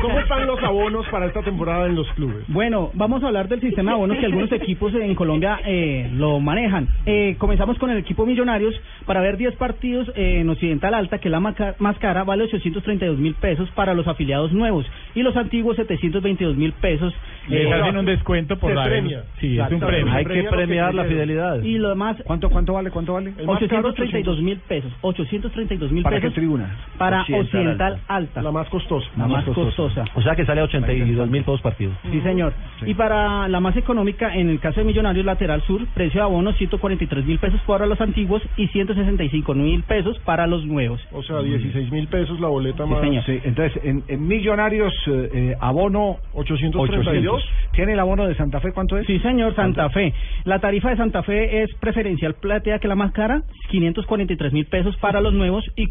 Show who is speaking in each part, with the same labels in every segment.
Speaker 1: ¿Cómo están los abonos para esta temporada en los clubes?
Speaker 2: Bueno, vamos a hablar del sistema de abonos que algunos equipos en Colombia eh, lo manejan. Eh, comenzamos con el equipo Millonarios. Para ver 10 partidos eh, en Occidental Alta, que es la maca- más cara, vale 832 mil pesos para los afiliados nuevos y los antiguos 722 mil pesos. eh,
Speaker 3: Les hacen un descuento por
Speaker 1: Se
Speaker 3: la
Speaker 1: premia.
Speaker 3: Sí, es un
Speaker 1: Exacto.
Speaker 3: premio.
Speaker 1: Hay que premiar la fidelidad.
Speaker 2: y lo demás,
Speaker 4: ¿Cuánto, cuánto vale? ¿Cuánto vale?
Speaker 1: El más caro,
Speaker 2: 832 mil pesos. 832 mil
Speaker 4: ¿Para qué
Speaker 2: pesos
Speaker 4: tribuna?
Speaker 2: para Occidental,
Speaker 4: Occidental
Speaker 2: Alta,
Speaker 1: La más costosa.
Speaker 2: la más costosa.
Speaker 5: O sea que sale a 82 mil todos partidos.
Speaker 2: Sí, señor. Y para la más económica, en el caso de Millonarios Lateral Sur, precio de abono 143 mil pesos para los antiguos y 165 mil pesos para los nuevos.
Speaker 1: O sea, 16 mil pesos la boleta más.
Speaker 2: señor.
Speaker 4: Sí, entonces, en, en Millonarios, eh, eh, abono
Speaker 1: 832.
Speaker 4: 800. ¿Tiene el abono de Santa Fe cuánto es?
Speaker 2: Sí, señor, Santa Fe. La tarifa de Santa Fe es preferencial platea que la más cara, 543 mil pesos para los nuevos y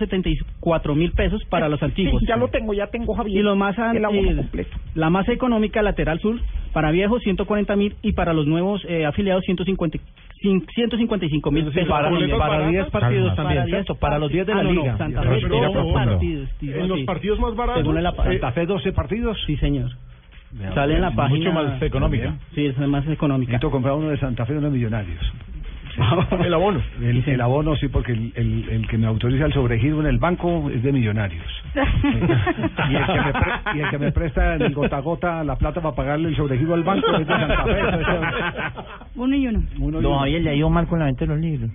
Speaker 2: 474 mil pesos para los antiguos.
Speaker 6: Sí, ya lo tengo, ya tengo, Javier.
Speaker 2: Y lo más an-
Speaker 6: El abono
Speaker 2: eh,
Speaker 6: completo.
Speaker 2: la más económica lateral sur para viejos 140 mil y para los nuevos eh, afiliados 150 cin- 155 mil
Speaker 1: Es decir,
Speaker 2: pesos
Speaker 1: para-
Speaker 2: Boletos
Speaker 1: para
Speaker 2: baratos.
Speaker 1: 10
Speaker 5: partidos
Speaker 2: Para
Speaker 5: también,
Speaker 2: 10
Speaker 5: ¿cierto? Para los 10 de la
Speaker 2: Ah, no, no,
Speaker 5: liga.
Speaker 2: Santa
Speaker 5: Pero
Speaker 2: Fe,
Speaker 5: eso
Speaker 1: ya
Speaker 2: dos
Speaker 1: profundo.
Speaker 2: partidos, digo
Speaker 1: En los
Speaker 2: así.
Speaker 1: partidos más baratos.
Speaker 2: Según la-
Speaker 1: eh,
Speaker 4: Santa Fe 12 partidos.
Speaker 2: sí señor sale en la
Speaker 3: mucho
Speaker 2: página
Speaker 3: más económica.
Speaker 2: sí es más económica
Speaker 4: Necesito comprar uno de Santa Fe y uno de Millonarios.
Speaker 1: el abono.
Speaker 4: El, el abono sí, porque el, el- el que me autoriza el sobregiro en el banco es de Millonarios. Y el que me, pre- y el que me presta en el gota a gota la plata para pagarle el sobregiro al banco es de Santa Fe.
Speaker 6: Uno y uno.
Speaker 4: Uno y uno.
Speaker 5: No, oye, le ha ido mal con la venta de los libros.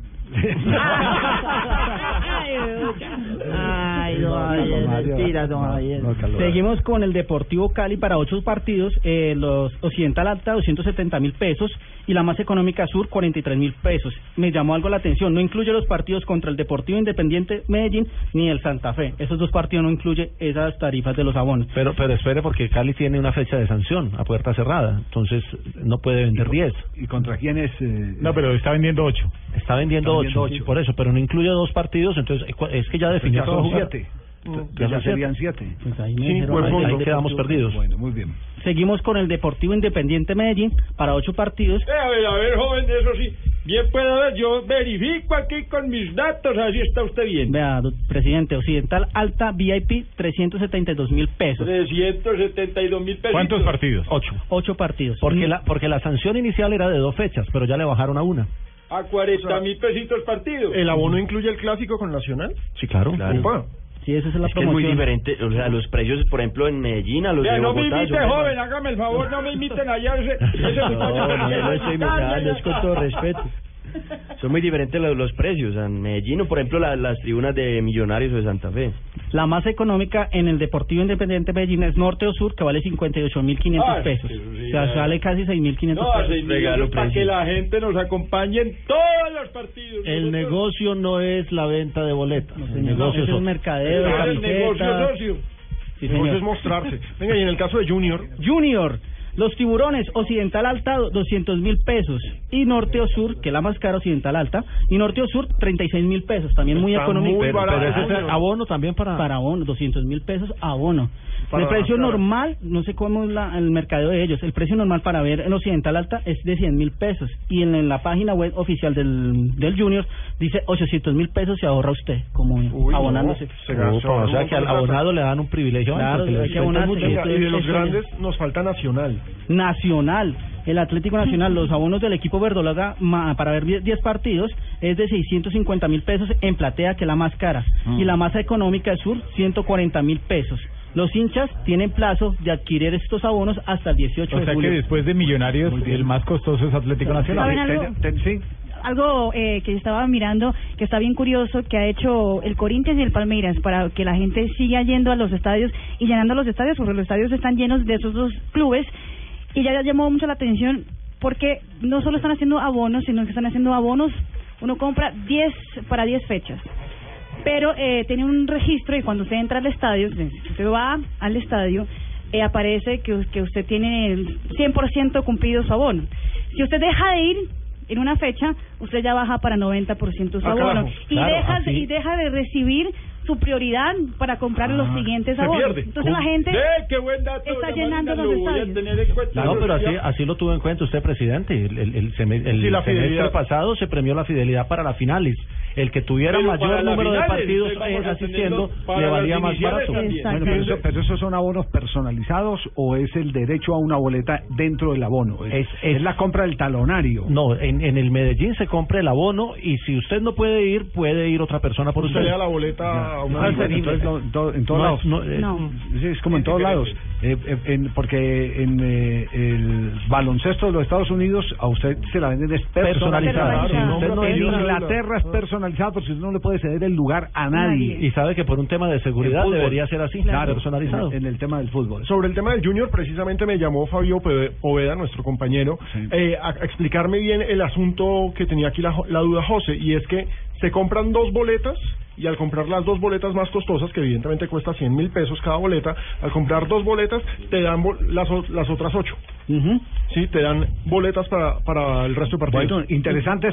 Speaker 6: Ay,
Speaker 4: No,
Speaker 6: don
Speaker 4: Carlos
Speaker 6: Javier,
Speaker 4: Mario.
Speaker 6: mentira, don
Speaker 4: No,
Speaker 6: Javier.
Speaker 4: no, Carlos Mario.
Speaker 2: Seguimos con el Deportivo Cali para ocho partidos, eh, los Occidental Alta 270 mil pesos y la más económica Sur 43 mil pesos. Me llamó algo la atención, no incluye los partidos contra el Deportivo Independiente Medellín ni el Santa Fe. Esos dos partidos no incluye esas tarifas de los abonos.
Speaker 5: Pero, pero espere, porque Cali tiene una fecha de sanción a puerta cerrada. Entonces no puede vender 10.
Speaker 4: ¿Y contra quién es? eh,
Speaker 3: No, pero está vendiendo 8.
Speaker 5: Está vendiendo
Speaker 4: Está
Speaker 5: 8.
Speaker 4: vendiendo ocho.
Speaker 5: Por eso, pero no incluye dos partidos. Entonces eh, cu- es que ya definió
Speaker 4: ya
Speaker 5: todo.
Speaker 4: son siete.
Speaker 5: Ya
Speaker 4: Ya,
Speaker 5: son
Speaker 4: serían siete.
Speaker 2: Pues ahí me
Speaker 1: Sí,
Speaker 2: dijeron,
Speaker 1: pues,
Speaker 2: ahí-
Speaker 1: punto.
Speaker 2: ahí
Speaker 5: Ahí
Speaker 2: de-
Speaker 5: quedamos perdidos.
Speaker 4: Bueno, muy bien.
Speaker 2: Seguimos con el Deportivo Independiente Medellín para ocho partidos.
Speaker 7: Eh, a ver, a ver, joven, eso sí. Bien puede ver, yo verifico aquí con mis datos, así está usted bien.
Speaker 2: Vea, do- presidente, Occidental Alta VIP 372 mil pesos.
Speaker 7: 372 mil pesos.
Speaker 3: ¿Cuántos partidos?
Speaker 5: 8.
Speaker 2: Ocho partidos.
Speaker 5: Porque la, porque la sanción inicial era de dos fechas, pero ya le bajaron a una.
Speaker 7: A 40 mil pesitos partidos.
Speaker 1: ¿El abono incluye el clásico con Nacional?
Speaker 5: Sí, claro.
Speaker 1: Opa.
Speaker 2: Sí, esa es la
Speaker 8: Es que es
Speaker 2: promoción.
Speaker 8: muy diferente, o sea, los precios, por ejemplo, en Medellín, a los
Speaker 7: Vea,
Speaker 8: de
Speaker 7: no me
Speaker 8: Bogotá...
Speaker 7: imite,
Speaker 8: son-
Speaker 7: joven, hágame el favor, no me imiten allá ese, ese muchacho.
Speaker 8: No, no, yo no estoy imitando, es con todo respeto. Son muy diferentes los, los precios, en Medellín o, por ejemplo, la- las tribunas de Millonarios o de Santa Fe.
Speaker 2: La más económica en el Deportivo Independiente Medellín es Norte o Sur, que vale 58.500
Speaker 7: Ah,
Speaker 2: pesos.
Speaker 7: sí, sí,
Speaker 2: o sea,
Speaker 7: ya.
Speaker 2: sale casi 6.500
Speaker 7: No,
Speaker 2: pesos.
Speaker 7: señor,
Speaker 8: Regalo
Speaker 7: para que
Speaker 8: precioso.
Speaker 7: la gente nos acompañe en todos los partidos.
Speaker 5: El
Speaker 7: Nosotros-
Speaker 5: negocio no es la venta de boletas. el negocio
Speaker 2: Es
Speaker 5: es
Speaker 2: el
Speaker 5: otro.
Speaker 2: mercadeo,
Speaker 7: Ah, el negocio
Speaker 2: camisetas.
Speaker 7: socio.
Speaker 2: Sí,
Speaker 1: Entonces
Speaker 2: señor.
Speaker 1: mostrarse. Venga, y en el caso de Junior,
Speaker 2: Junior, los tiburones, Occidental Alta, 200 mil pesos. Y Norte o Sur, que es la más cara, Occidental Alta. Y Norte o Sur, 36 mil pesos. También muy
Speaker 1: Está
Speaker 2: económico.
Speaker 1: muy
Speaker 5: Pero, pero
Speaker 1: barato.
Speaker 5: ese es abono también para...
Speaker 2: para abono, 200 mil pesos abono.
Speaker 1: Para-
Speaker 2: el precio
Speaker 1: para-
Speaker 2: normal, no sé cómo es la- el mercadeo de ellos, el precio normal para ver en Occidental Alta es de 100 mil pesos y en, en la página web oficial del, del Junior dice 800 mil pesos se ahorra usted como
Speaker 1: Uy, no.
Speaker 2: abonándose.
Speaker 1: pues, Se gastó
Speaker 5: Opa, o sea
Speaker 1: un
Speaker 5: que
Speaker 1: montón
Speaker 5: al
Speaker 1: de plata.
Speaker 5: abonado le dan un privilegio.
Speaker 2: Claro,
Speaker 5: porque le
Speaker 2: hay que
Speaker 5: descuentan
Speaker 2: abonarse.
Speaker 5: mucho.
Speaker 1: Venga, y de los
Speaker 2: Eso-
Speaker 1: grandes nos falta Nacional.
Speaker 2: Nacional, el Atlético Nacional, los abonos del equipo verdolaga ma- para ver 10 10 partidos es de 650 mil pesos en platea, que es la más cara,
Speaker 3: Ah.
Speaker 2: y la más económica del sur, 140 mil pesos. Los hinchas tienen plazo de adquirir estos abonos hasta el 18
Speaker 3: O
Speaker 2: de
Speaker 3: sea que
Speaker 2: julio.
Speaker 3: después de Millonarios, el más costoso es Atlético
Speaker 6: ¿Saben
Speaker 3: Nacional.
Speaker 6: algo?
Speaker 4: Ten- ten- sí.
Speaker 6: Algo eh, que estaba mirando que está bien curioso que ha hecho el Corinthians y el Palmeiras para que la gente siga yendo a los estadios y llenando los estadios porque los estadios están llenos de esos dos clubes y ya llamó mucho la atención porque no solo están haciendo abonos sino que están haciendo abonos uno compra 10 para 10 fechas pero eh, tiene un registro y cuando usted entra al estadio, si usted va al estadio, eh, aparece que, que usted tiene el 100% cumplido su abono. Si usted deja de ir en una fecha, usted ya baja para 90% su
Speaker 7: Ah,
Speaker 6: abono
Speaker 7: carajo.
Speaker 6: y,
Speaker 7: Claro,
Speaker 6: deja,
Speaker 7: así.
Speaker 6: y deja de recibir su prioridad para comprar los siguientes
Speaker 7: Ah, se
Speaker 6: abonos.
Speaker 7: pierde.
Speaker 6: Entonces la gente
Speaker 9: ¡Eh, qué buen dato!
Speaker 6: está
Speaker 9: doña
Speaker 6: llenando
Speaker 9: Marina,
Speaker 6: los
Speaker 9: lo voy a
Speaker 6: estadios.
Speaker 9: tener en cuenta.
Speaker 2: No, pero así, así lo tuvo en cuenta usted, presidente. El, el, el seme- el
Speaker 7: Sí, la
Speaker 2: semestre
Speaker 7: fidelidad.
Speaker 2: pasado se premió la fidelidad para las finales. El que tuviera
Speaker 9: Pero para
Speaker 2: mayor
Speaker 9: las
Speaker 2: número de
Speaker 9: finales,
Speaker 2: partidos
Speaker 9: entonces vamos
Speaker 2: eh,
Speaker 9: a
Speaker 2: asistiendo
Speaker 9: tenerlo para
Speaker 2: le
Speaker 9: las
Speaker 2: valía más
Speaker 9: iniciales
Speaker 2: barato.
Speaker 9: también.
Speaker 2: Bueno,
Speaker 4: Pero,
Speaker 2: pero
Speaker 4: eso- pero esos son abonos personalizados o es el derecho a una boleta dentro del abono. Es,
Speaker 2: Es-
Speaker 4: es,
Speaker 2: es-
Speaker 4: la compra del talonario.
Speaker 2: No, en, en el Medellín se compra el abono y si usted no puede ir, puede ir otra persona por usted.
Speaker 7: Usted le da la boleta a una
Speaker 4: Ah, bueno,
Speaker 7: amiga.
Speaker 4: entonces, no, en todo- en todos
Speaker 2: No,
Speaker 4: lados.
Speaker 2: no, eh,
Speaker 6: No.
Speaker 4: Sí, es como en todos lados. Eh, eh, en- porque en eh, el baloncesto de los Estados Unidos a usted se la venden es personalizada.
Speaker 6: Personalizada. Claro,
Speaker 4: Usted no
Speaker 2: nombre,
Speaker 4: en
Speaker 2: apellido,
Speaker 4: Inglaterra es personalizada porque usted no le puede ceder el lugar a
Speaker 6: Nadie.
Speaker 4: nadie.
Speaker 2: Y sabe que por un tema de seguridad
Speaker 4: fútbol.
Speaker 2: debería ser así,
Speaker 4: Claro,
Speaker 2: personalizado.
Speaker 4: En, en el tema del fútbol.
Speaker 7: Sobre el tema del Junior, precisamente me llamó Fabio Pove- Poveda, nuestro compañero, eh, a, a explicarme bien el asunto que tenía aquí la, jo- la duda José, y es que se compran dos boletas y al comprar las dos boletas más costosas, que evidentemente cuesta 100 mil pesos cada boleta, al comprar dos boletas te dan bol- las, o- las otras ocho,
Speaker 4: Ujú.
Speaker 7: ¿sí? Te dan boletas para, para el resto de partidos.
Speaker 4: Bueno, interesante.